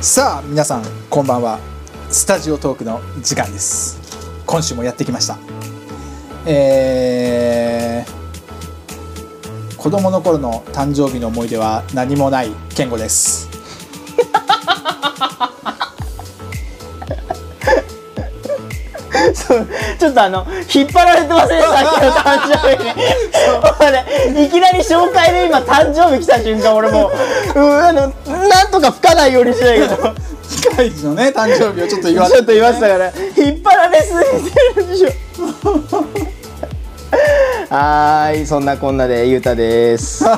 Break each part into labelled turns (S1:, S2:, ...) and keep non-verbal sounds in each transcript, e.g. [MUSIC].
S1: さあ皆さんこんばんはスタジオトークの時間です今週もやってきましたえー、子供の頃の誕生日の思い出は何もない健吾 [LAUGHS] です
S2: そう [LAUGHS] ちょっとあの引っ張られてませんさっきの誕生日に俺いきなり紹介で今誕生日来た瞬間俺 [LAUGHS] もううーあのなんとか吹かないようにしてないけど
S1: 機械児のね誕生日をちょっと言わ
S2: ちょっと言わ
S1: せ
S2: せたから引っ張られすぎてるでしょはーいそんなこんなでゆうたです
S1: もう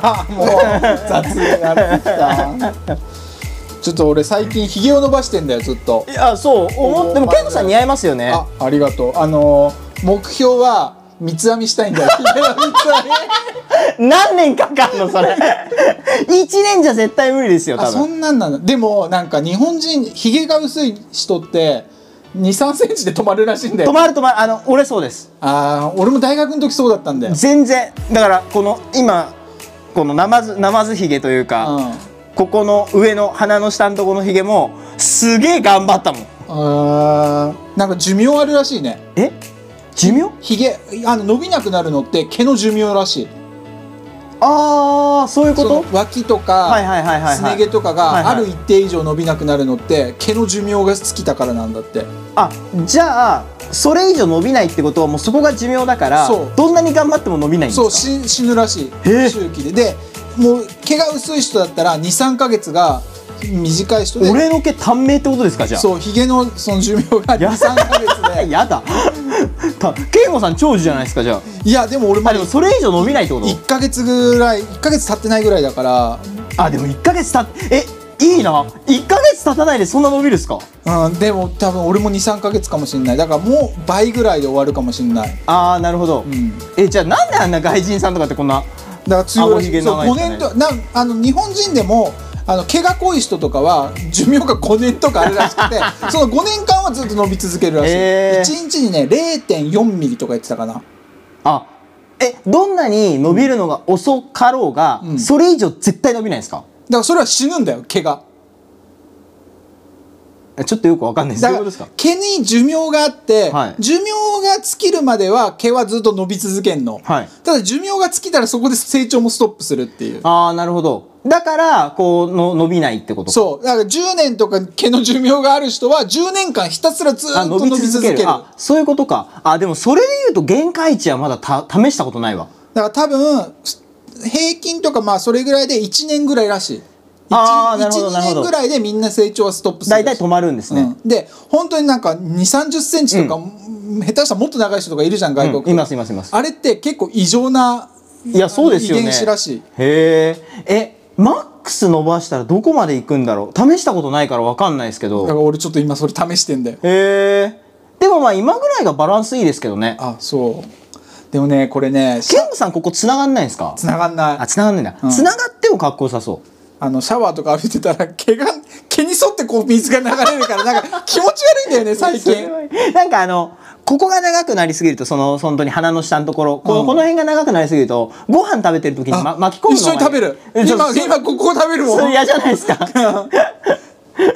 S1: 雑になってきた [LAUGHS] ちょっと俺最近ひげを伸ばしてんだよずっと
S2: いやそう思っでもけいこさん似合いますよね
S1: あありがとうあのー目標は三つ編み [LAUGHS] したいんだよひげの三つ編み
S2: 何年かかんの [LAUGHS] それ一年じゃ絶対無理ですよ
S1: あ
S2: 多
S1: そ
S2: 分
S1: んなんなのでもなんか日本人ひげが薄い人って23センチで止まるらしいんだ
S2: 止
S1: よ
S2: まる止まるあの俺そうです
S1: ああ俺も大学の時そうだったんだよ
S2: 全然だからこの今このなまずなまずひげというか、
S1: うん
S2: ここの上の鼻の下のところのひげもすげえ頑張ったもん
S1: あーなんか寿命あるらしいね
S2: え寿命
S1: ひげあの伸びなくなるのって毛の寿命らしい
S2: ああそういうこ
S1: その
S2: と
S1: 脇とか、
S2: はいはいはいはい
S1: す
S2: は
S1: ね
S2: い
S1: 毛とか
S2: はい
S1: が
S2: はい
S1: ある一定以上伸びなくなるのって毛の寿命が尽きたからなんだって
S2: あじゃあそれ以上伸びないってことはもうそこが寿命だから
S1: そう
S2: どんなに頑張っても伸びないんです
S1: そう
S2: か
S1: し死ぬらしい
S2: へえ
S1: 周期ででもう毛が薄い人だったら23か月が短い人で
S2: 俺の毛短命ってことですかじゃあ
S1: そうひげのその寿命が
S2: や
S1: 23か月
S2: [LAUGHS] あ
S1: で
S2: やだた健吾さん長寿じゃないですかじゃあ
S1: いやでも俺ま
S2: あ
S1: で
S2: でもそれ以上伸びないってこと
S1: 1か月ぐらい1か月経ってないぐらいだから
S2: あでも1ヶ月たえいいな1ヶ月経たないでそんな伸びるっすか
S1: うんでも多分俺も23か月かもしれないだからもう倍ぐらいで終わるかもしれない
S2: ああなるほど、
S1: うん
S2: えじゃあなんであんな外人さんとかってこんな
S1: だから強いらし
S2: あごひ
S1: い
S2: げ
S1: そう
S2: 長い
S1: 5
S2: 人ね
S1: 年となあの日本人でもあの毛が濃い人とかは寿命が5年とかあるらしく
S2: [LAUGHS]
S1: てその5年間はずっと伸び続けるらしい、
S2: へー
S1: 1日にね0.4ミリとか言ってたかな
S2: あえどんなに伸びるのが遅かろうが、
S1: うん
S2: それ以上絶対伸びないんですか
S1: だからそれは死ぬんだよ毛が
S2: えちょっとよくわかんないです
S1: だ
S2: どうい
S1: か
S2: うこと
S1: ら
S2: ですか
S1: 毛に寿命があって、
S2: はい
S1: 寿命が尽きるまでは毛はずっと伸び続けんの、
S2: はい
S1: ただ寿命が尽きたらそこで成長もストップするっていう
S2: ああなるほどだからこうの伸びないってこと
S1: そうだから10年とか毛の寿命がある人は10年間ひたすらずー
S2: あ
S1: っ
S2: 伸
S1: と
S2: び
S1: 伸び
S2: 続
S1: 続
S2: け
S1: け
S2: る
S1: る
S2: あそういうことかあでもそれで言うと限界値はまだた試したことないわ
S1: だから多分す平均とかまあそれぐらいで1年ぐらいらしい
S2: あーなるほどなるほ
S1: 年
S2: ど
S1: ぐらいでみんな成長はストップする
S2: 大体止まるんですね、
S1: うんで本当になんか2 3 0センチとか、下手したらもっと長い人とかいるじゃん外国、
S2: うんいますいますいます
S1: あれって結構異常ない
S2: やそうですよね
S1: 遺伝子らしい
S2: へええマックス伸ばしたらどこまでいくんだろう試したことないからわかんないですけ
S1: だか
S2: ど
S1: ら俺ちょっと今それ試してんだよ
S2: へえでもまあ今ぐらいがバランスいいですけどね
S1: あそうでもねこれね
S2: ケンさんここ繋がんないんですか
S1: 繋がんない
S2: あ繋がんないんだ、
S1: うん
S2: 繋がってもかっこよさそう
S1: あのシャワーとか浴びてたら毛が毛に沿ってこう水が流れるからなんか気持ち悪いんだよね最近
S2: なんかあのここが長くなりすぎるとその本当に鼻の下のところこの,、
S1: うん
S2: この辺が長くなりすぎるとご飯食べてる時に、ま、
S1: あ
S2: 巻き込むの
S1: 一緒に食べる
S2: えちょ
S1: 今
S2: そ
S1: 今ここ食べるも
S2: それ
S1: ん
S2: 嫌じゃないですか
S1: [LAUGHS]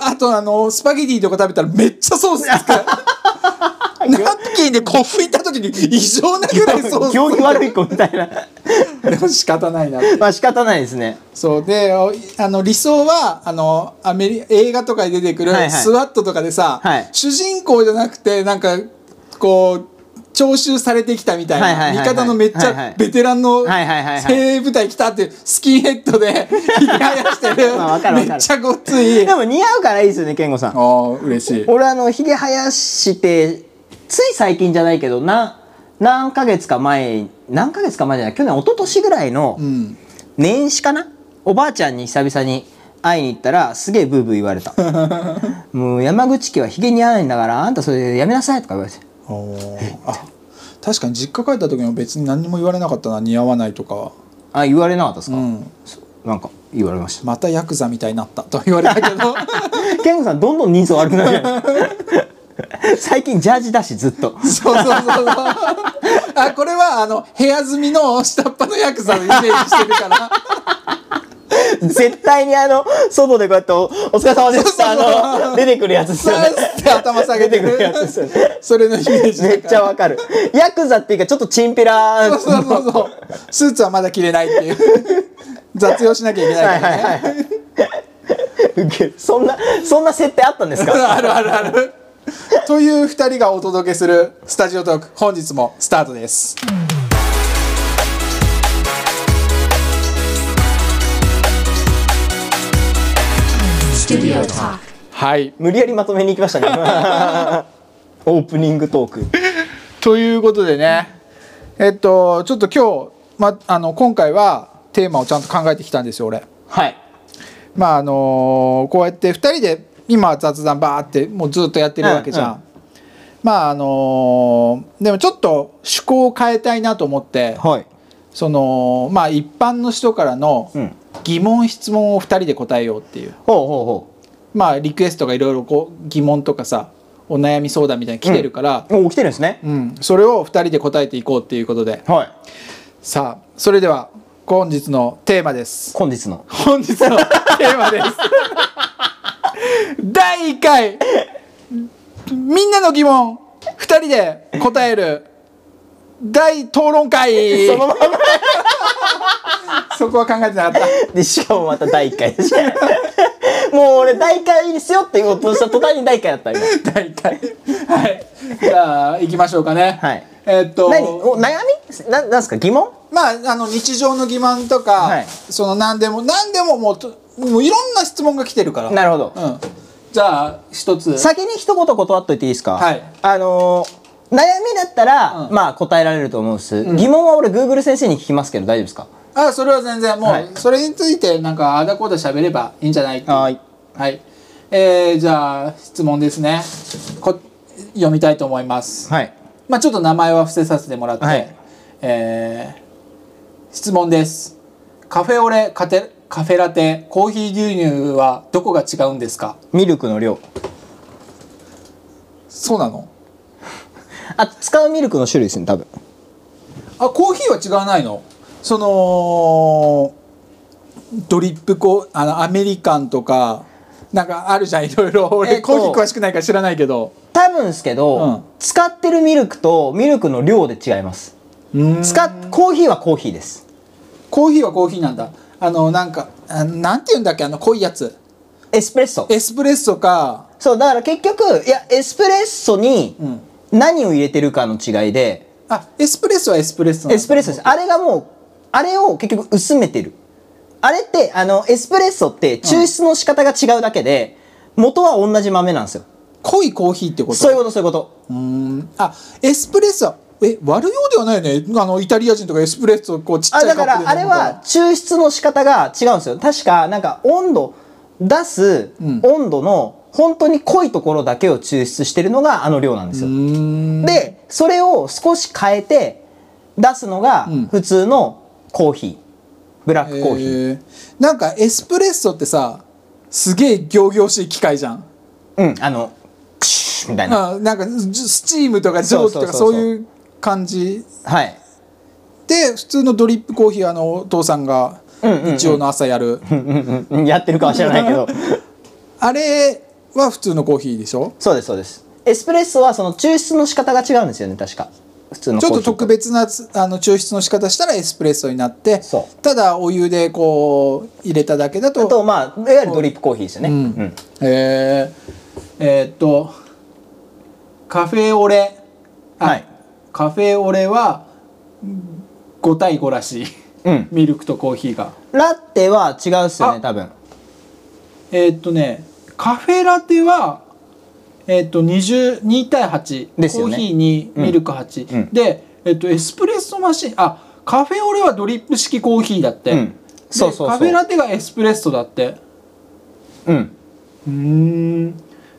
S1: あとあのスパゲティとか食べたらめっちゃソース
S2: [LAUGHS]
S1: つくナプキンでこう拭いた時に異常なぐらいソース
S2: 行儀悪い子みたいな [LAUGHS]
S1: でも仕方ないなって
S2: まあ仕方ないですね
S1: そうでおあの理想はあのアメリ映画とかに出てくる
S2: はいはい
S1: スワットとかでさ、
S2: はい
S1: 主人公じゃなくてなんかこう徴収されてきたみたいな、
S2: はいはいはいはい
S1: 味方のめっち
S2: はいはい
S1: ゃベテランの
S2: はいはいはいはい
S1: 精鋭部隊来たってスキンヘッドで [LAUGHS] ひげ生やしてる
S2: [LAUGHS] まあわかるわかる
S1: めっちゃごっつい [LAUGHS]
S2: でも似合うからいいですよね健吾さん
S1: あ嬉しい
S2: 俺あのひげ生やしてつい最近じゃないけどな何ヶ月か前何ヶ月か前じゃない去年一昨年ぐらいの
S1: うん
S2: 年始かなおばあちゃんに久々に会いに行ったらすげえブーブー言わ
S1: [LAUGHS]
S2: れたもう山口家はひげ似合わないんだからあんたそれやめなさいとか言われて
S1: あ確かに実家帰った時も別に何にも言われなかったな似合わないとかは
S2: あ言われなかったですか、
S1: うん
S2: そなんか言われまし
S1: またヤクザみたいになったとは言われたけど
S2: た健吾さんどんどん人相悪くなるじゃない [LAUGHS] 最近ジャージだしずっと
S1: そうそうそうそう。あ、これはあの部屋住みの下っ端のヤクザのイメージしてるから。
S2: 絶対にあの、外でこうやってお、お疲れ様ですって
S1: そうそう
S2: あの、出てくるやつですよ
S1: さ
S2: ね。
S1: ーって頭下げて
S2: 出てくるやつですよね
S1: それのイメージだ
S2: め
S1: から
S2: っちゃわかる。ヤクザっていうか、ちょっとチンピラ
S1: そうそうそうそうスーツはまだ着れないっていう雑用しなきゃいけないからね、
S2: はいはいウケるそんな、そんな設定あったんですか [LAUGHS]
S1: あるあるあるという2人がお届けするスタジオトーク本日もスタートですはい
S2: 無理やりまとめに行きました [LAUGHS] ね。オープニングトーク。
S1: ということでねえっとちょっと今日、ま、あの今回はテーマをちゃんと考えてきたんですよ俺
S2: はい。
S1: まああのこうやって2人で今雑談バーってもうずっとやってるわけじゃん、
S2: うんうん
S1: まああのでもちょっと趣向を変えたいなと思って
S2: はい。
S1: そのまあ一般の人からの
S2: うん
S1: 疑問質問を2人で答えようっていう
S2: ほうほうほ
S1: まあリクエストがいろいろこう疑問とかさお悩み相談みたいに来てるから、
S2: う。もう起きてるんですね。
S1: うんそれを2人で答えていこうっていうことで
S2: はい。
S1: さあそれでは本日のテーマです
S2: 本日の。
S1: 本日のテーマです第1回みんなの疑問2人で答える大討論会
S2: そのまま
S1: [LAUGHS] そこは考えてなかった
S2: で、しかもまた第1回でした。もう俺、第1回ですよって言おうとした途端に第1回だった、今。
S1: 大体はいじゃあ行きましょうかね
S2: はい
S1: えーっと
S2: 何お悩みななんすか疑問
S1: まああの日常の欺瞞とか、
S2: はい
S1: その何でも何でももうともういろんな質問が来てるから
S2: なるほど
S1: うん、じゃあ一つ
S2: 先に一言断っといていいですか
S1: はい
S2: あのー悩みだったら、
S1: うん
S2: まあ答えられると思うんです、疑問は俺 Google 先生に聞きますけど大丈夫ですか
S1: あそれは全然もう、
S2: はい
S1: それについてなんかあーだこうだ喋ればいいんじゃないってう
S2: はい
S1: はいえー、じゃあ質問ですねこ読みたいと思います、
S2: はい
S1: まあちょっと名前は伏せさせてもらって、
S2: はい
S1: えー質問ですカフェオレカテカフェラテコーヒー牛乳はどこが違うんですか
S2: ミルクの量
S1: そうなの
S2: あ使うミルクの種類ですね多分
S1: あコーヒーは違わないのそのドリップコあのアメリカンとかなんかあるじゃんいろいろ俺、
S2: えっと
S1: コーヒー詳しくないから知らないけど
S2: 多分ですけど、
S1: うん
S2: 使ってるミルクとミルクの量で違います使っコーヒーはコーヒーです
S1: コーヒーはコーヒーなんだあのなんかあなんて言うんだっけあの濃いやつ
S2: エスプレッソ
S1: エスプレッソか
S2: そうだから結局いやエスプレッソに
S1: ん
S2: 何を入れてるかの違いで、
S1: あエスプレッソはエスプレッソなんだ
S2: エスプレッソですあれがもうあれを結局薄めてるあれってあのエスプレッソって抽出の仕方が違うだけで、元は同じ豆なんですよ
S1: 濃いコーヒーってこと
S2: そういうことそういうこと
S1: うーんあエスプレッソはえ割るようではないよねあのイタリア人とかエスプレッソこうちっちゃ
S2: あ
S1: いカッ
S2: だ
S1: プで
S2: か
S1: 飲む
S2: らあれは抽出の仕方が違うんですよ確かなんか温度出す
S1: ん
S2: 温度の本当に濃いところだけを抽出してるのがあの量なんですよ
S1: うーん
S2: でそれを少し変えて出すのが
S1: ん
S2: 普通のコーヒーブラックコーヒー、
S1: えーなんかエスプレッソってさすげえ仰々しい機械じゃん、
S2: うんあのクシュッみたいな
S1: あなんかじスチームとか蒸気とか
S2: そうそうそうそう
S1: そういう感じ
S2: はい
S1: で普通のドリップコーヒーはあのお父さんが
S2: うんうんうん
S1: 日曜の朝やる、
S2: うんうんうんやってるかは知らないけど
S1: あれは普通のコーヒーでしょ
S2: そうですそうですエスプレッソはその抽出の仕方が違うんですよね確か普通の
S1: ち
S2: コー
S1: ょ
S2: ヒ
S1: っ
S2: ー
S1: と特別なつあの抽出の仕方したらエスプレッソになって
S2: そう
S1: ただお湯でこう入れただけだと
S2: あとまあいわゆるドリップコーヒーですよね、
S1: ん
S2: うん
S1: えー、えーっとカフェオレあ
S2: はい
S1: カフェオレはうん5対5らしい
S2: うん
S1: ミルクとコーヒーが
S2: ラテは違うっすよね
S1: あ
S2: 多分
S1: えーっとねカフェラテはえーっと20 2対8、
S2: です
S1: コ
S2: よ
S1: ー
S2: ね
S1: ヒーにミルク8、
S2: うんうん
S1: で、えーっとエスプレッソマシンあカフェオレはドリップ式コーヒーだって、
S2: うんそうそうそう
S1: でカフェラテがエスプレッソだって
S2: うん
S1: うーん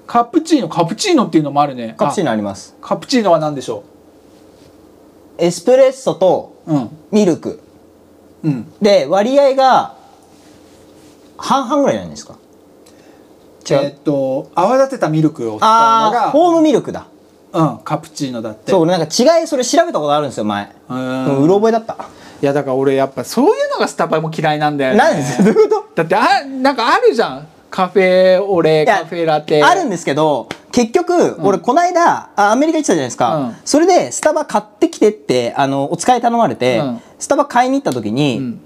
S1: カプチーノカプチーノっていうのもあるね
S2: カプチー
S1: ノ
S2: ノあります
S1: カプチーノは何でしょ
S2: エスプレッソと
S1: ううん
S2: ミルク
S1: うん
S2: で割合が半々ぐらいじゃないですか違う、
S1: えーっと泡立てたミルクを使うの
S2: ああ
S1: が
S2: ホームミルクだ
S1: うん、カプチーノだって
S2: そう俺なんか違いそれ調べたことあるんですよ前
S1: うーん
S2: うんうろ覚えだった
S1: いやだから俺やっぱそういうのがスタバも嫌いなんだよね
S2: 何ですどういうこ
S1: だってあなんかあるじゃんカフェオレ
S2: いや
S1: カフェラテ
S2: とあるんですけど結局俺この間、あアメリカ行ってたじゃないですか、
S1: うん
S2: それでスタバ買ってきてってあのお使い頼まれて、
S1: うん
S2: スタバ買いに行った時に、
S1: ん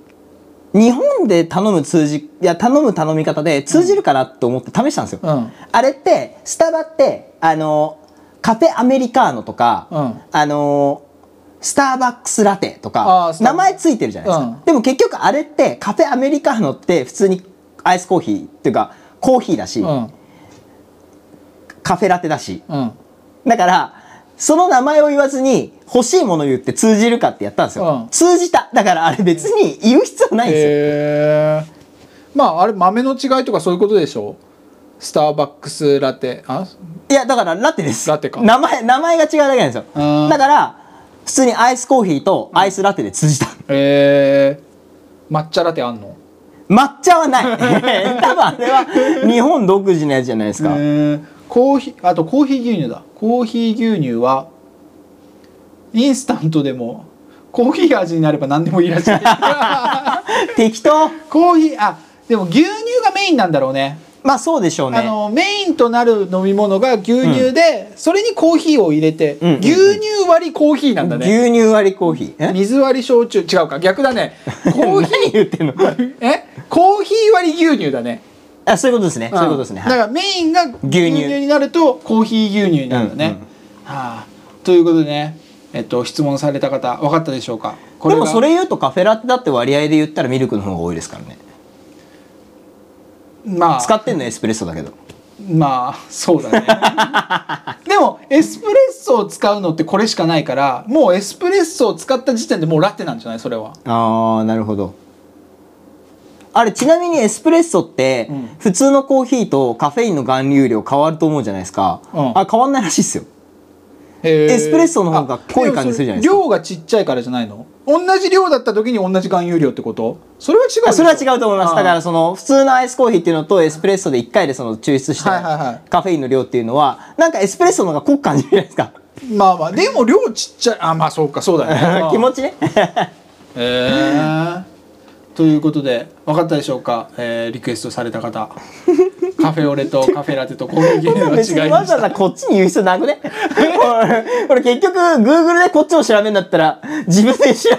S2: 日本で頼む通じいや頼む頼み方で通じるかなと思って試したんですよ、
S1: うん
S2: あれってスタバってあのカフェアメリカーノとか、
S1: うん
S2: あのスターバックスラテと
S1: あー
S2: か
S1: スタ
S2: 名前ついてるじゃないですか、
S1: うん
S2: でも結局あれってカフェアメリカーノって普通にアイスコーヒーっていうかコーヒーだし、
S1: うん
S2: カフェラテだし
S1: うん
S2: だからその名前を言わずに欲しいもの言って通じるかってやったんですよ、
S1: うん
S2: 通じただからあれ別に言う必要ないんですよ、
S1: へえまああれ豆の違いとかそういうことでしょスターバックスラテあ
S2: いやだからラテです
S1: ラテか
S2: 名前名前が違うだけなんですよ
S1: うん
S2: だから普通にアイスコーヒーとアイスラテで通じた、
S1: えー、抹茶ラテあんの
S2: 抹茶
S1: [LAUGHS]
S2: はない多分あれは日本独自のやつじゃないですか、
S1: へーコーヒーあとコーヒー牛乳だコーヒー牛乳はインスタントでもコーヒー味になれば何でもいい
S2: [LAUGHS]
S1: らしい
S2: 適当
S1: コーヒーあでも牛乳がメインなんだろうね
S2: まあそうでしょう
S1: あ
S2: ね
S1: のメインとなる飲み物が牛乳で、それにコーヒーを入れて、
S2: うんうんうん
S1: 牛乳割りコーヒーなんだね
S2: 牛乳割りコーヒーえ
S1: 水割り焼酎違うか逆だねコーヒ
S2: [LAUGHS] 何言ってんの
S1: ーえコーヒー割り牛乳だね
S2: あそういうことですねそういうことですね
S1: んだ
S2: はい
S1: からメインが牛
S2: 乳
S1: 乳になるとコーヒー牛乳になるんだね、
S2: うんうん
S1: はあということでねえっと質問された方分かったでしょうかこ
S2: で
S1: が
S2: もそれ言うとカフェラテだって割合で言ったらミルクの方が多いですからね
S1: まあ
S2: 使ってんのエスプレッソだけど
S1: まあそう
S2: [LAUGHS]
S1: だねでもエスプレッソを使うのってこれしかないからもうエスプレッソを使った時点でもうラテなんじゃないそれは
S2: あーなるほどあれちなみにエスプレッソって、
S1: うん
S2: 普通のコーヒーとカフェインの含有量変わると思うじゃないですか、
S1: うん
S2: あ変わんないらしいっすよ
S1: エ
S2: スプレッソの方が濃い感じするじゃないですか
S1: 量がちっちゃいからじゃないの同じ量だった時に同じ含有量ってことそれは違うでしょ
S2: あそれは違うと思います
S1: あ
S2: だからその普通のアイスコーヒーっていうのとエスプレッソで1回でその抽出し
S1: はいはいは
S2: たカフェインの量っていうのはなんかエスプレッソの方が濃く感じるじゃないですか
S1: まあまあでも量ちっちゃいあまあそうかそうだね
S2: [LAUGHS] 気持ちね
S1: へえということで分かったでしょうか、えーリクエストされた方カフェオレとカフェラテとコーヒー牛乳の違いで
S2: 別
S1: した
S2: にわざわざこっちに言う必要な
S1: [LAUGHS]
S2: くね俺俺結局 Google でこっちを調べるんだったら自分で調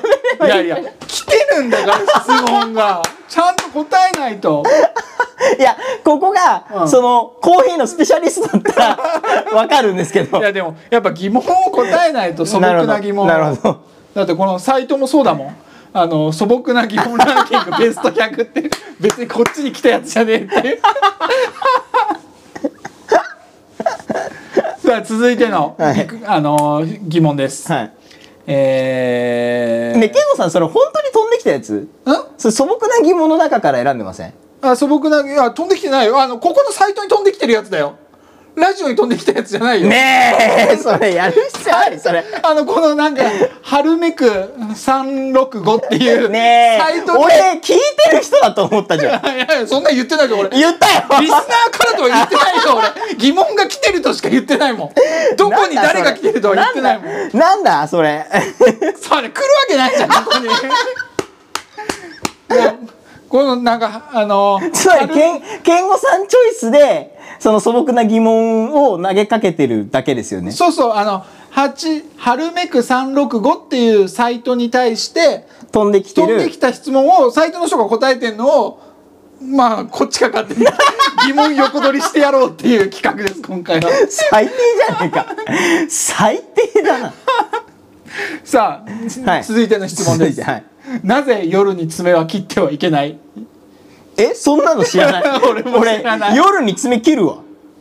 S2: べれば
S1: い
S2: いい
S1: やいや来てるんだから質問がちゃんと答えないと
S2: [LAUGHS] いや、ここが、
S1: うん
S2: その、コーヒーのスペシャリストだった
S1: [LAUGHS]
S2: ら、わかるんですけど。
S1: いやでもやっぱ疑問を答えないと素朴な疑問
S2: なるほどなるほ
S1: だってこのサイトもそうだもんあの素朴な疑問ランキングベスト100って別にこっちに来たやつじゃねえっていうさあ続いての,、
S2: はい
S1: あの疑問です、
S2: は
S1: え
S2: い。
S1: ー、
S2: ね、ケンゴさん、それ本当に飛んできたやつ
S1: ん
S2: それ素朴な疑問の中から選んでません
S1: あ素朴ないや飛んできてないよあのここのサイトに飛んできてるやつだよラジオに飛んできたやつじゃないよ
S2: ねえ、 [LAUGHS] それやる必要あるそれ。
S1: [LAUGHS] あのこのなんか「春めく365」っていう
S2: ねえ
S1: サイ、トで、
S2: 俺、聞いてる人だと思ったじゃん。
S1: [LAUGHS] いやいやそんな言ってないよ俺リ
S2: 言ったよ
S1: スナーからとは言ってないよ俺疑問が来てるとしか言ってないもんどこに誰が来てるとは言ってないもん
S2: ん。なんだ、
S1: [LAUGHS]
S2: それ。
S1: それ来るわけないじゃんここにもうこのなんかあの
S2: つまり、ケン、ケンゴさんチョイスで、その素朴な疑問を投げかけてるだけですよね。
S1: そうそうあの八春めく365っていうサイトに対して
S2: 飛んできて
S1: 飛ん
S2: る。
S1: できた質問をサイトの人が答えてんのをまあこっちが勝手 [LAUGHS] に疑問横取りしてやろうっていう企画です今回は
S2: 最低じゃねえか。最低だな。
S1: [LAUGHS] さあ、
S2: はい
S1: 続いての質問です、
S2: 続いてはい
S1: なぜ夜に爪は切ってはいけない
S2: えそんなの知らない
S1: [LAUGHS] 俺も知らない
S2: 俺夜に爪切るわ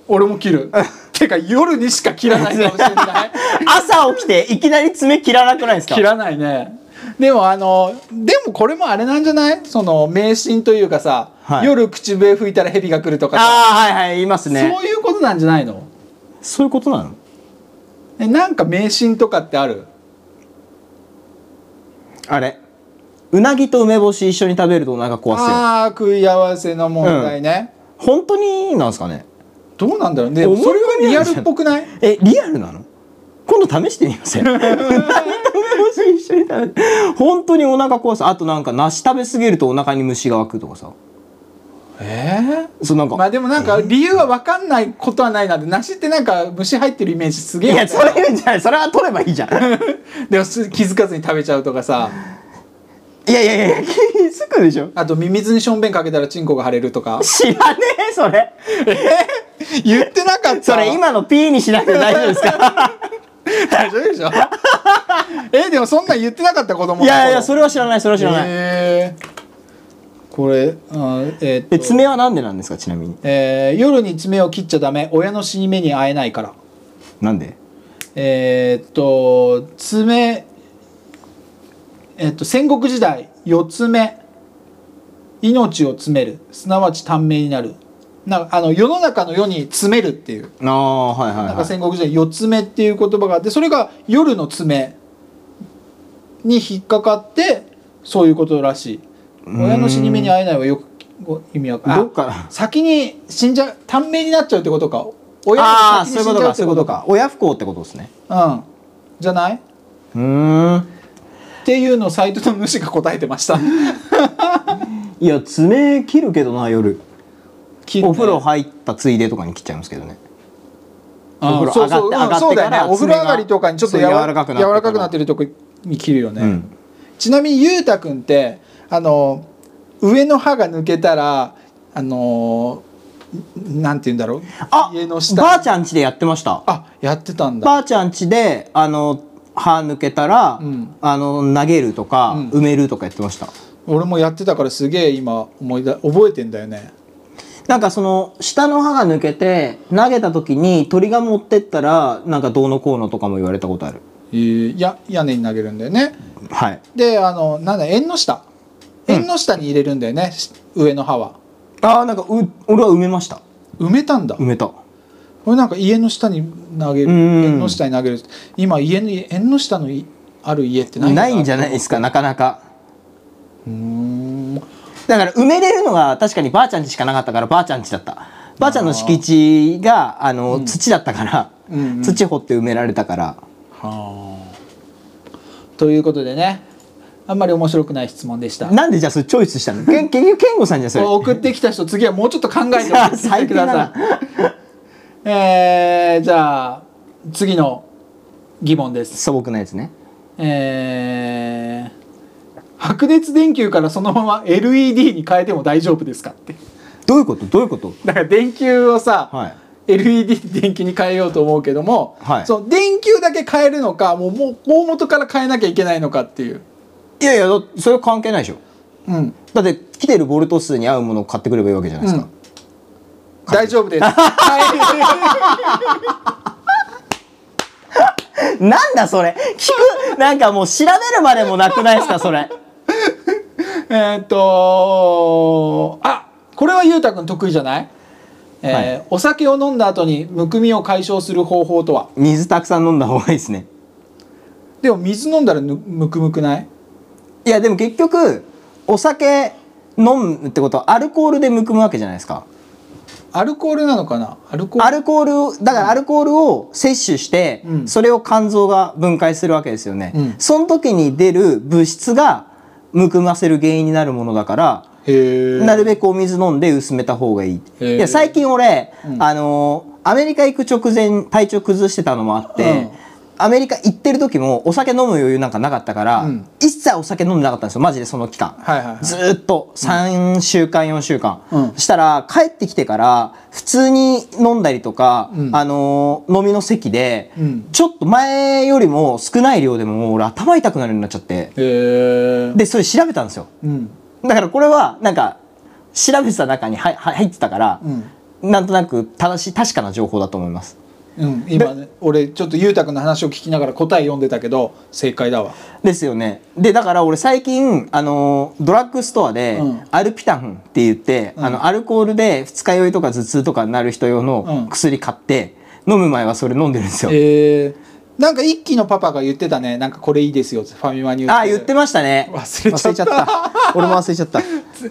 S1: 俺も切 [LAUGHS] るてか夜にしか切らないかもしれない [LAUGHS]
S2: 朝起きていきなり爪切らなくないですか
S1: 切らないねでもあのでもこれもあれなんじゃないその迷信というかさ、
S2: はい
S1: 夜口笛吹いたら蛇が来るとかさ
S2: ああはいはいいますね
S1: そういうことなんじゃないの
S2: そういうことなの
S1: えなんか迷信とかってある
S2: あれうなぎと梅干し一緒に食べるとお腹壊すよ
S1: ああ食い合わせの問題ね、
S2: 本当になんですかね
S1: どうなんだろうねでも
S2: 思い
S1: それは
S2: 込み
S1: リ
S2: な
S1: ア
S2: んじゃ
S1: ル
S2: ない
S1: っぽくない [LAUGHS]
S2: えリアルなの今度試してみませんうなぎと梅干し一緒に本当にお腹壊す。あとなんか梨食べ過ぎるとお腹に虫が湧くとかさ。
S1: え
S2: そうなん
S1: ー、
S2: か。
S1: まあでもなんか理由は分かんないことはないなで梨ってなんか虫入ってるイメージすげ
S2: い
S1: え
S2: や、そういうんじゃない。それは取ればいいじゃん。
S1: [LAUGHS] でもす気づかずに食べちゃうとかさ
S2: いやいやいや、気づくでしょ。
S1: あとミミズにしょんべんかけたらチンコが腫れるとか
S2: 知らねえ、それ。
S1: 言ってなかった
S2: それ今の P にしなくて大丈夫ですか
S1: 大丈夫でしょ [LAUGHS] えでもそんなん言ってなかった子供の頃
S2: [LAUGHS] いやい [LAUGHS] や、それは知らない、それは知らない。
S1: えーこれあーえーっと
S2: え、爪はなんでなんですか、ちなみに。
S1: えー夜に爪を切っちゃダメ親の死に目に会えないから
S2: なんで
S1: えーっと爪えーっと戦国時代四つ目命を詰めるすなわち短命になるなんかあの世の中の世に詰めるっていう
S2: ああ、はいはい、
S1: なん
S2: は
S1: か
S2: い。
S1: 戦国時代四つ目っていう言葉があってそれが夜の爪に引っかかってそういうことらしい
S2: ん
S1: 親の死に目に会えないはよくご意味わかん
S2: どっから
S1: あ先に死んじゃ短命になっちゃうってことか親
S2: ああ
S1: が
S2: ー、
S1: 先
S2: そう
S1: に
S2: いう
S1: 死
S2: こ
S1: んじゃうってこ
S2: とか、そういうことと
S1: か
S2: か。親不幸ってことですね。
S1: うんじゃないうっ
S2: うーん。
S1: ていうのをサイトの主が答えてま
S2: [LAUGHS]
S1: した
S2: いや、爪切るけどな、夜。
S1: 切るね
S2: お風呂入ったついでとかに切っちゃいますけどね。
S1: うん
S2: お風呂上がって
S1: そうそううん
S2: 上がって
S1: そうだよね
S2: から
S1: お風呂上がりとかにちょっと
S2: 爪
S1: や
S2: が
S1: わ
S2: 柔らかくなって
S1: 柔
S2: から
S1: らかくなってるとこに切るよね、
S2: うん
S1: ちなみにゆうたくんってあの上の歯が抜けたらあのなんて言うんだろう
S2: あ
S1: 家の
S2: ば
S1: 下
S2: あちゃん家でやってました。
S1: あやってたんだ
S2: ばあちゃん家で、あの、歯抜けたら、
S1: ん
S2: あの、投げるとか、
S1: ん
S2: 埋めるとかやってました。
S1: 俺もやってたからすげえ今思い出覚えてんだよね
S2: なんかその、下の歯が抜けて、投げた時に鳥が持ってったら、なんかどうのこうのとかも言われたことある。
S1: えーや屋根に投げるんだよね
S2: はい。
S1: であのなんだ縁の下
S2: うん
S1: 縁の下に入れるんだよね、し上の歯は
S2: ああ、なんか、う、俺は埋めました。
S1: 埋めたんだ
S2: 埋めた。
S1: これなんか家の下に投げる
S2: うん
S1: 縁の下に投げる今家の縁の下のいある家ってない
S2: ないんじ
S1: ゃ
S2: ゃないですか、なかなか。
S1: うーん
S2: だから埋めれるのが確かにばあちゃん家しかなかったからばあちゃん家だったばあちゃんの敷地があの、土だったから、
S1: うんうん
S2: 土掘って埋められたから
S1: はあ。ということでね、あんまり面白くない質問でした。
S2: なんでじゃあそれチョイスしたの [LAUGHS] けん結局健吾さんじゃんそれ
S1: 送ってきた人、次はもうちょっと考えて
S2: さあ
S1: 送ってきてくださ
S2: [LAUGHS] 最
S1: い。えー、じゃあ次の疑問です。
S2: 素朴なやつね
S1: えー、白熱電球からそのまま LED に変えても大丈夫ですかって。
S2: どういうことどういうこと
S1: だから電球をさ、
S2: はい
S1: LED 電球に変えようと思うけども、
S2: はい
S1: その電球だけ変えるのかもうもう大元から変えなきゃいけないのかっていう、
S2: いやいやだそれは関係ないでしょ
S1: うん、
S2: だって来てるボルト数に合うものを買ってくればいいわけじゃないですか、
S1: うん、大丈夫
S2: [LAUGHS]
S1: です。は
S2: なん [LAUGHS] だそれ聞くなんかもう調べるまでもなくないですかそれ
S1: い、えーっとあこれはゆうたくん得意じゃない、えー
S2: はい
S1: お酒を飲んだ後にむくみを解消する方法とは
S2: 水たくさん飲んだ方がいいですね
S1: でも水飲んだらぬむくむくない
S2: いやでも結局お酒飲むってことはアルコールでむくむわけじゃないですか
S1: アルコールなのかなアルコール
S2: アルコールをだからアルコールを摂取して、
S1: うん
S2: それを肝臓が分解するわけですよね、
S1: うん
S2: その時に出る物質がむくませる原因になるものだから
S1: へえ
S2: なるべくお水飲んで薄めた方がいい
S1: へー
S2: いや最近俺、
S1: うん
S2: あのーアメリカ行く直前体調崩してたのもあって、
S1: うん
S2: アメリカ行ってる時もお酒飲む余裕なんかなかったから、
S1: うん
S2: 一切お酒飲んでなかったんですよマジでその期間、
S1: はいはいはい
S2: ずーっと3週間4週間、
S1: うん
S2: したら帰ってきてから普通に飲んだりとか、
S1: うん
S2: あのー飲みの席で、
S1: うん
S2: ちょっと前よりも少ない量でももう俺頭痛くなるようになっちゃって
S1: へえ
S2: でそれ調べたんですよ
S1: うん
S2: だからこれはなんか調べてた中にはは入ってたから、
S1: うん
S2: なんとなく正しい確かな情報だと思います
S1: うん、今ね俺ちょっとゆうたくんの話を聞きながら答え読んでたけど正解だわ
S2: ですよねでだから俺最近あのドラッグストアで、
S1: うん
S2: アルピタンって言って、あのアルコールで二日酔いとか頭痛とかになる人用
S1: うん
S2: の薬買って、飲む前はそれ飲んでるんですよ、
S1: へえなんか一期のパパが言ってたねなんかこれいいですよってファミマに
S2: ああ言ってましたね
S1: 忘れちゃった
S2: 忘れち
S1: [LAUGHS]
S2: ゃった俺も忘れちゃった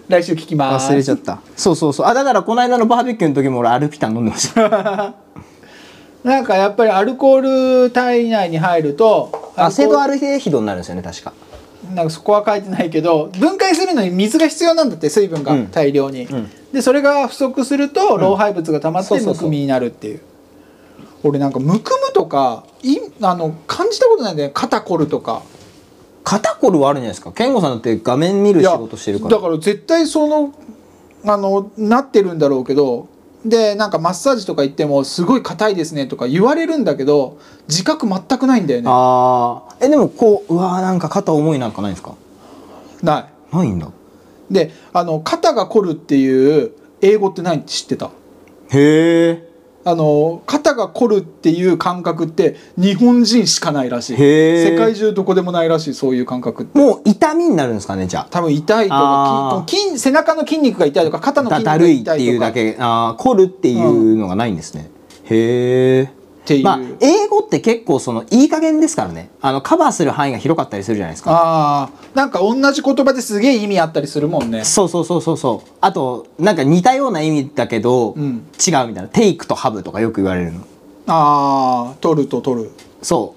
S1: 来週聞きます
S2: 忘れちゃったそうそうそうあだからこの間のバーベキューの時も俺アルピタン飲んでました
S1: [LAUGHS] なんかやっぱりアルコール体内に入ると
S2: アセドア
S1: ル
S2: ルデヒドになるんですよね確か
S1: なんかそこは書いてないけど分解するのに水が必要なんだって水分
S2: う
S1: が
S2: ん
S1: 大量に、
S2: うん
S1: でそれが不足すると老廃物が溜まっ
S2: そう
S1: て
S2: そう
S1: む
S2: そう
S1: くみになるっていう俺なんかむくむとかいあの感じたことないんだよね肩こるとか
S2: 肩こるはあるんじゃないですか健吾さんだって画面見る
S1: い
S2: 仕
S1: や
S2: 事してるから
S1: だから絶対そのあのなってるんだろうけどでなんかマッサージとか行ってもすごい硬いですねとか言われるんだけど自覚全くないんだよね
S2: ああえでもこううわーなんか肩重いなんかないんですか
S1: ない
S2: ないんだ
S1: であの肩が凝るっていう英語って何知ってた
S2: へえ
S1: あの肩が凝るっていう感覚って日本人しかないらしい
S2: へー
S1: 世界中どこでもないらしいそういう感覚って
S2: もう痛みになるんですかねじゃあ
S1: 多分痛いとか
S2: あー
S1: 筋筋背中の筋肉が痛いとか肩の
S2: だ
S1: 筋
S2: だ
S1: 肉が
S2: るいって
S1: 痛
S2: い
S1: いうとか
S2: だけああ凝るっていうのがないんですね、へえ
S1: ていう
S2: まあ英語って結構そのいい加減ですからねあのカバーする範囲が広かったりするじゃないですか
S1: あーなんか同じ言葉ですげえ意味あったりするもんね
S2: そうそうそうそうそうあとなんか似たような意味だけど、
S1: ん
S2: 違うみたいな「テイク」と「ハブ」とかよく言われるの
S1: ああ取ると取る
S2: そ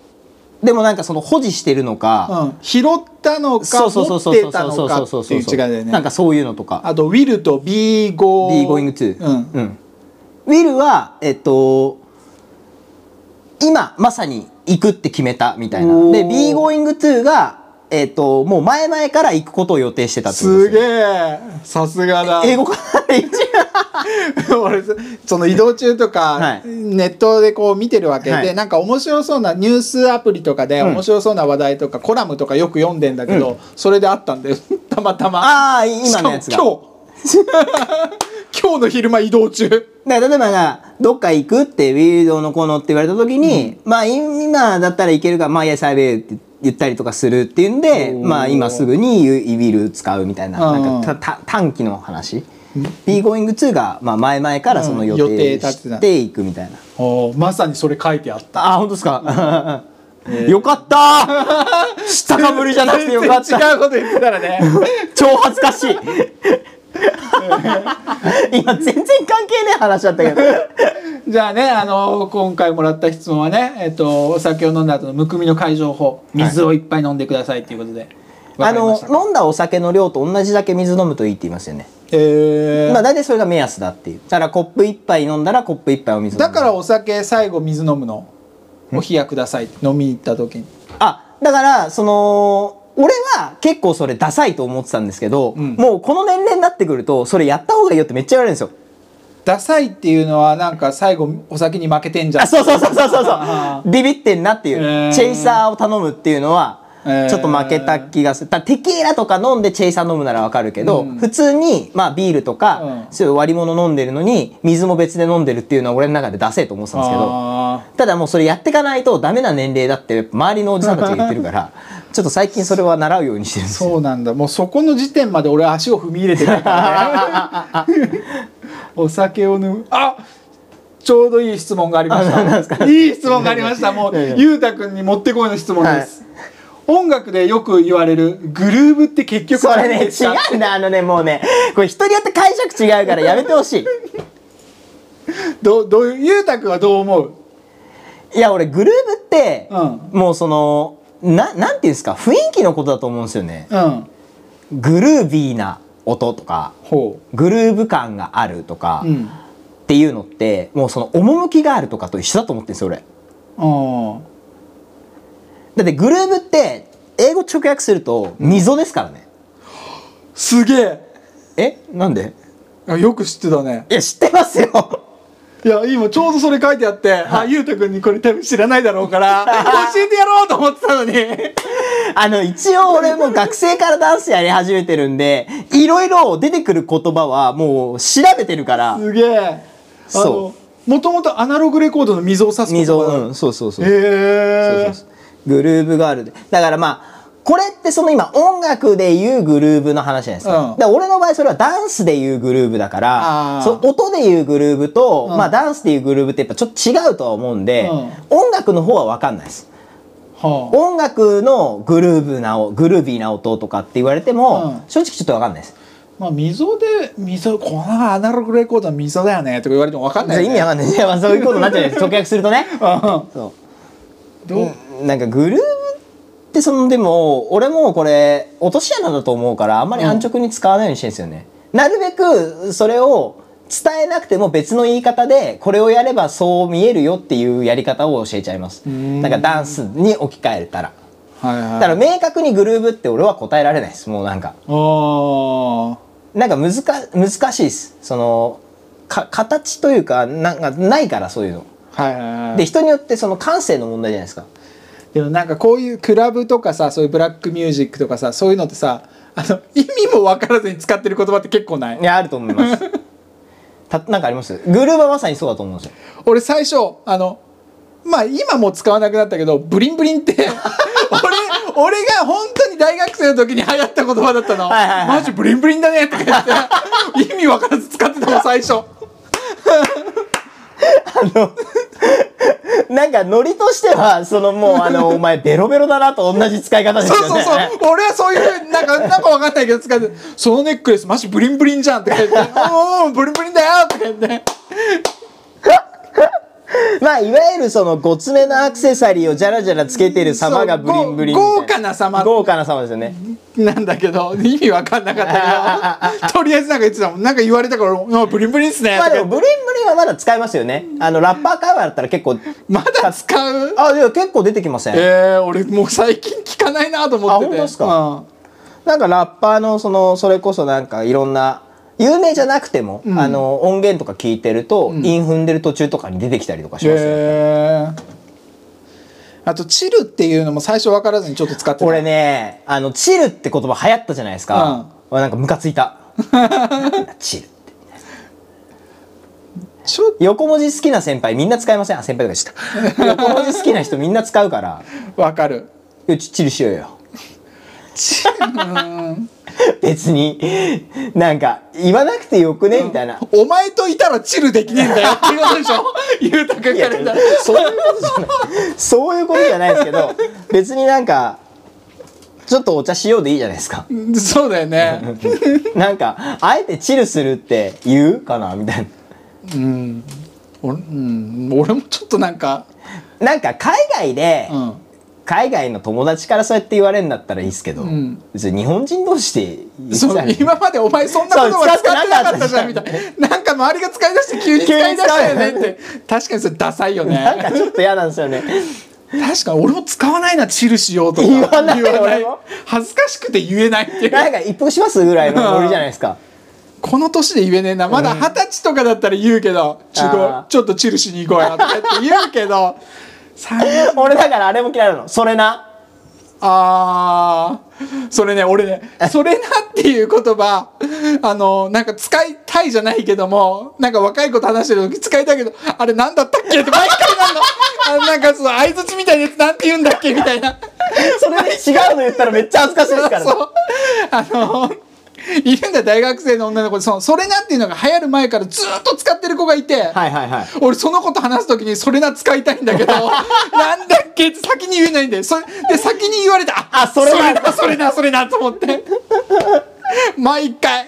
S2: うでもなんかその保持してるのか、
S1: うん拾ったのか
S2: そうそう
S1: 持
S2: そう
S1: っ
S2: そうそ
S1: て
S2: う
S1: た
S2: そ
S1: の
S2: う
S1: か
S2: そう
S1: っ
S2: そ
S1: ていうう違いだよ
S2: なん
S1: ね
S2: かそういうのとか
S1: あと will と be
S2: 「
S1: go
S2: be going to」
S1: うん
S2: うんウィルはえっと今まさに行くって決めたみたいな
S1: おー
S2: で「be going to」がえっともう前々から行くことを予定してたってことですす
S1: げ
S2: よ
S1: えさすがだ
S2: 英語かな一応
S1: [LAUGHS] 俺そその移動中とか、
S2: はい
S1: ネットでこう見てるわけで、
S2: はい
S1: なんか面白そうなニュースアプリとかで
S2: うん
S1: 面白そうな話題とか、コラムとかよく読んでんだけど、それであったんだよ [LAUGHS] たまたま
S2: ああ今のやつ
S1: し
S2: が
S1: かも今日 [LAUGHS] 今日の昼間移動中
S2: だから例えばなどっか行くってウィードのこのって言われた時に、まあ今だったらいけるからまあイエスアイベイって言ったりとかするっていうんで
S1: おー
S2: まあ今すぐにユイウィル使うみたいな
S1: うん
S2: なんかたた短期の話 B ゴーイング2がまあ前々からその予
S1: うん予定
S2: 定
S1: 立てた
S2: していくみたいな、
S1: おーまさにそれ書いてあった
S2: あ本当ですか、 [LAUGHS] よかった知ったかぶりじゃなくてよかった
S1: 全然違うこと言ってたらね [LAUGHS]
S2: 超恥ずかしい [LAUGHS] 今全然関係ない話だったけど
S1: じゃあねあの今回もらった質問はね、えっと、お酒を飲んだ後のむくみの解消法水をいっぱい飲んでくださいっていうことで、
S2: あ
S1: わかりましたか
S2: の飲んだお酒の量と同じだけ水飲むといいって言いますよね、
S1: えー
S2: まあ大体それが目安だっていうだからコップ一杯飲んだらコップ一杯お水飲む
S1: だからお酒最後水飲むのお冷やください飲みに行った時に
S2: あだからその俺は結構それダサいと思ってたんですけど、
S1: ん
S2: もうこの年齢になってくるとそれやった方がいいよってめっちゃ言われるんですよ
S1: ダサいっていうのはなんか最後お酒に負けてんじゃん
S2: あそうそうそうそうそう
S1: あ
S2: そうビビってんなっていう、
S1: えー
S2: チェイサーを頼むっていうのは
S1: えー
S2: ちょっと負けた気がする、だからテキーラとか飲んでチェイサー飲むならわかるけど、
S1: うん
S2: 普通に、まあ、ビールとか、
S1: うん
S2: そういう割り物飲んでるのに水も別で飲んでるっていうのは俺の中でダセえと思ってたんですけど
S1: あ
S2: ただもうそれやっていかないとダメな年齢だってやっぱ周りのおじさんたちが言ってるから
S1: [LAUGHS]
S2: ちょっと最近それは習うようにしてるん
S1: ー
S2: ですよ
S1: そうなんだもうそこの時点まで俺は足を踏み入れてないからね
S2: [LAUGHS]
S1: お酒を飲むあちょうどいい質問がありま
S2: あなんです
S1: し
S2: か
S1: たいい質問がありましたもう
S2: いやいや
S1: ゆうたくんにもってこいの質問です、音楽でよく言われるグルーブって結局
S2: それね
S1: 何でした
S2: [LAUGHS] 違うんだあのねもうねこれ人によって解釈違うからやめてほしい
S1: どうどうゆうたくんはどう思う
S2: いや俺グルーブって、
S1: うん
S2: もうそのななんていうんですか雰囲気のことだと思うんですよね
S1: うん
S2: グルービーな音とか
S1: ほ
S2: グルーブ感があるとか、
S1: ううん
S2: っていうのってもうその趣があるとかと一緒だと思ってるんですよ俺
S1: ああ
S2: だってグルーブって英語直訳すると溝ですからね、
S1: すげえ
S2: えなんで
S1: あよく知ってたね
S2: いや知ってますよ [LAUGHS]
S1: いや今ちょうどそれ書いてあって、あゆうたくんにこれ多分知らないだろうから教えてやろうと思ってたのに
S2: あの一応俺もう学生からダンスやり始めてるんでいろいろ出てくる言葉はもう調べてるから
S1: すげえ
S2: そう
S1: もともとアナログレコードの溝を指す
S2: 溝
S1: へ、
S2: うんそうそうそうそう
S1: え
S2: そうそうグルーブがあるでだからまあこれってその今音楽でいうグルーブの話じゃないですか,、
S1: うん
S2: だから俺の場合それはダンスでいうグルーブだか
S1: あ
S2: ら
S1: ー
S2: そう音でいうグルーブと、
S1: うん
S2: まあ、ダンスでいうグルーブってやっぱちょっと違うとは思うんで、
S1: うん
S2: 音楽の方は分かんないです
S1: は
S2: 音楽のグルーブなおグルービーな音とかって言われても、
S1: うん
S2: 正直ちょっと分かんないです
S1: あ、まあ溝で溝このアナログレコードの溝だよねとか言われても分かんない、ね、
S2: 意味わかんないいやまあそういうことになっちゃうよ直訳するとね
S1: かんない
S2: そう
S1: どう
S2: うんなんかグルーブっってそのでも俺もこれ落とし穴だと思うからあんまり安直に使わないようにしてるんですよね、なるべくそれを伝えなくても別の言い方でこれをやればそう見えるよっていうやり方を教えちゃいます
S1: ん
S2: なんかダンスに置き換えたら
S1: はいはい
S2: だから明確にグルーブって俺は答えられないですもうなんか
S1: あ
S2: なんか難か難しいですそのか形というかなんかないからそういうの
S1: あはいはいはい
S2: で人によってその感性の問題じゃないですか
S1: でもなんかこういうクラブとかさそういうブラックミュージックとかさそういうのってさあの意味も分からずに使ってる言葉って結構ない
S2: いやあると思いますたなんかありますグルーブはまさにそうだと思うんですよ
S1: 俺最初あのまあ今もう使わなくなったけどブリンブリンって [LAUGHS] 俺俺が本当に大学生の時に流行った言葉だったの「
S2: はいはいはい
S1: マジブリンブリンだね」とか言って意味分からず使ってたの最初
S2: なんかノリとしてはそのもうあのお前ベロベロだなと同じ使い方です
S1: そう
S2: よ
S1: そう
S2: ね
S1: そう俺はそういうふうになんかなんか分かんないけど使って「そのネックレスマジブリンブリンじゃん」とか言って「おーおーブリンブリンだよ」とか言って。
S2: [LAUGHS] まあいわゆるそのごつめなアクセサリーをジャラジャラつけてる様がブリンブリンみた
S1: そ
S2: い
S1: う豪豪華な様
S2: 豪華な様ですよね
S1: なんだけど意味わかんなかった
S2: [LAUGHS]
S1: けどとりあえずなんか言ってたもんなんか言われたから俺もうブリンブリンっすね
S2: まあ
S1: と
S2: で
S1: か
S2: もブリンブリンはまだ使えますよねあのラッパー会話だったら結構
S1: まだ使う
S2: あいや結構出てきません
S1: えー、俺もう最近聞かないなと思ってて
S2: あ本当ですか
S1: うん
S2: なんかラッパーのそのそれこそなんかいろんな有名じゃなくても、あの音源とか聞いてると、韻踏んでる途中とかに出てきたりとかしますよ、
S1: えーあと「チル」っていうのも最初分からずにちょっと使ってた
S2: 俺ねあの「チル」って言葉流行ったじゃないですか、俺なんかムカつ
S1: [LAUGHS]
S2: いたなんだチルって
S1: ちょっ
S2: 横文字好きな先輩みんな使いませんあ先輩と
S1: [LAUGHS]
S2: かした横文字好きな人みんな使うから
S1: と分かる
S2: よちチルしようよ [LAUGHS]
S1: チルうん
S2: 別になんか言わなくてよくねみたいな、
S1: [LAUGHS] お前といたらチルできねえんだよっていうことでしょ [LAUGHS] ゆうたくん
S2: い
S1: か
S2: や
S1: ら
S2: そ
S1: 見たら
S2: ういうことじゃないそういうことじゃないですけど別になんかちょっとお茶しようでいいじゃないで
S1: [LAUGHS]
S2: すか
S1: うんそうだよね
S2: なんかあえてチルするって言うかなみたいな
S1: うん俺,、うん、俺もちょっとなんか
S2: なんか海外で、
S1: うん
S2: 海外の友達からそうやって言われるんだったらいいですけど、
S1: ん
S2: 別に日本人同士で言って
S1: そう今までお前そんな言葉使ってなかったじゃんみたいななんか周りが使い出して急に使い出したよね
S2: [LAUGHS]
S1: って確かにそれダサいよ
S2: なん
S1: ね
S2: かちょっと嫌なんですよね
S1: 確かに俺も使わないなチルしようとか
S2: 言わない俺も
S1: 恥ずかしくて言えないっていう
S2: なんか一服しますぐらいのノリじゃないです
S1: [LAUGHS]
S2: か
S1: この年で言えねえなまだ二十歳とかだったら言うけどちょっ
S2: あ
S1: と
S2: ー
S1: ちょっとチルしに行こうやとかって言うけ
S2: [LAUGHS]
S1: どさ
S2: 俺だからあれも嫌いなのそれな
S1: あーそれね俺ね「それな」っていう言葉あのなんか使いたいじゃないけどもなんか若い子と話してる時使いたいけどあれなんだったっけって毎回なんのあのなんかその相づちみたいなやつなんて言うんだっけみたいな
S2: それで違うの言ったらめっちゃ恥ずかしいですから
S1: [LAUGHS]
S2: ね
S1: そうあのいるんだよ大学生の女の子でその「それな」っていうのが流行る前からずっと使ってる子がいて、
S2: はいはいはい
S1: 俺その子と話す時に「それな」使いたいんだけ
S2: [LAUGHS]
S1: どなんだっけって先に言えないんだよそれで先に言われて「あ
S2: あそれな
S1: それなそれなそれな」と思って [LAUGHS] 毎回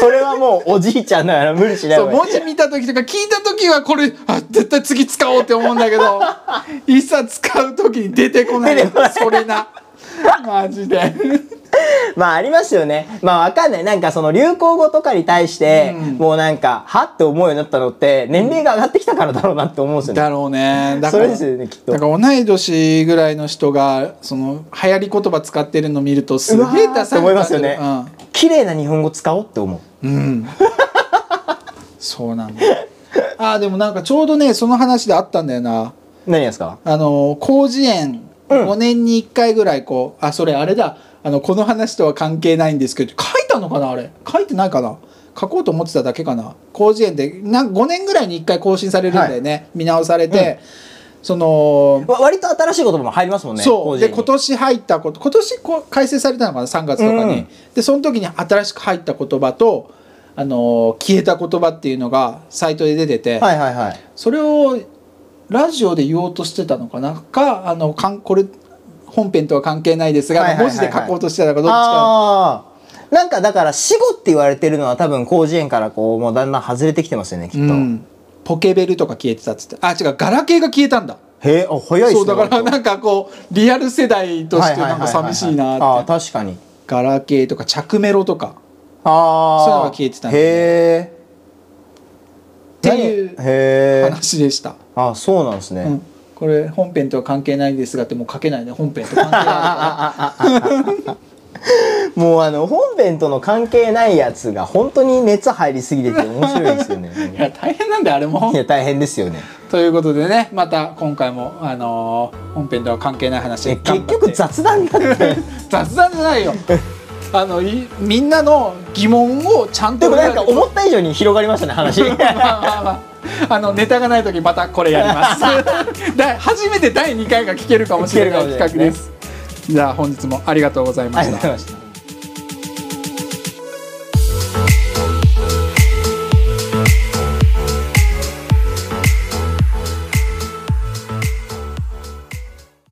S2: それはもうおじいちゃんだから無理しない
S1: そ
S2: 方
S1: う
S2: がいい
S1: 文字見た時とか聞いた時はこれあ絶対次使おうって思うんだけ
S2: [LAUGHS]
S1: どいざ使う時に出てこない
S2: 出てこない
S1: それなマジ
S2: [LAUGHS]
S1: で
S2: まあありますよねまあわかんないなんかその流行語とかに対して、もうなんかはって思うようになったのって年齢が上がってきたからだろうなって思うんですよね、
S1: だろうねだか
S2: そ
S1: ら
S2: れですよねきっと
S1: だから同い年ぐらいの人がその流行り言葉使ってるの見るとす
S2: うわ
S1: げえ
S2: ー
S1: ダ
S2: って
S1: サい
S2: 思いますよね
S1: うん
S2: 綺麗な日本語使おうって思う
S1: うん。そうなんだ。あーでもなんかちょうどねその話であったんだよな。
S2: 何ですか
S1: あの広辞苑
S2: うん
S1: 5年に1回ぐらいこう、あそれあれだあのこの話とは関係ないんですけど書いたのかなあれ書いてないかな書こうと思ってただけかな広辞苑でなん5年ぐらいに1回更新されるんだよね、見直されて、その
S2: わ割と新しい言葉も入りますもんね
S1: そうで今
S2: こと
S1: 年入ったこと今年こう改正されたのかな3月とかに、
S2: うん
S1: でその時に新しく入った言葉と、あのー消えた言葉っていうのがサイトで出てて、
S2: はいはいはい
S1: それをラジオで言おうとしてたのかなかあのかんこれ本編とは関係ないですが、
S2: はいはいはいはい
S1: 文字で書こうとしてたのかどっちか
S2: ああなんかだから死後って言われてるのは多分広辞苑からこうもうだんだん外れてきてますよねきっ
S1: う
S2: と、
S1: ん、ポケベルとか消えてたっつってあ違うガラケーが消えたんだ
S2: へえあ早い
S1: そ
S2: っすね
S1: うだからなんかこうリアル世代としてなんか寂しいなって、
S2: ああー確かに
S1: ガラケーとか着メロとか
S2: ああ
S1: そういうのが消えてたん
S2: へ
S1: で
S2: え
S1: っていう
S2: 何へえ
S1: 話でした、
S2: あそうなんですね、
S1: うん、これ本編とは関係ないんですがってもう書けないね本編と関係ないか
S2: もうあの本編との関係ないやつが本当に熱入りすぎてて面白いですよ
S1: ら
S2: ね
S1: [LAUGHS]
S2: [LAUGHS]
S1: いや大変なんだよあれも
S2: いや大変ですよね
S1: ということでねまた今回も、あのー本編とは関係ない話
S2: え
S1: 頑張っ
S2: 結
S1: て
S2: 局雑談だって
S1: 雑談じゃ
S2: [LAUGHS]
S1: ないよあのいみんなの疑問をちゃんと
S2: でもなんか
S1: 俺ら
S2: 思った以上に広がりましたね話
S1: でまあまあまあ [LAUGHS] あのネタがない時またこれやります
S2: [LAUGHS]
S1: だ初めて第2回が聞けるかもしれない
S2: 聞ける
S1: 企
S2: か
S1: 画
S2: もしれない
S1: で
S2: です
S1: すじゃあ本日もありがとうございま
S2: あり
S1: し
S2: がとうご
S1: た
S2: ざいました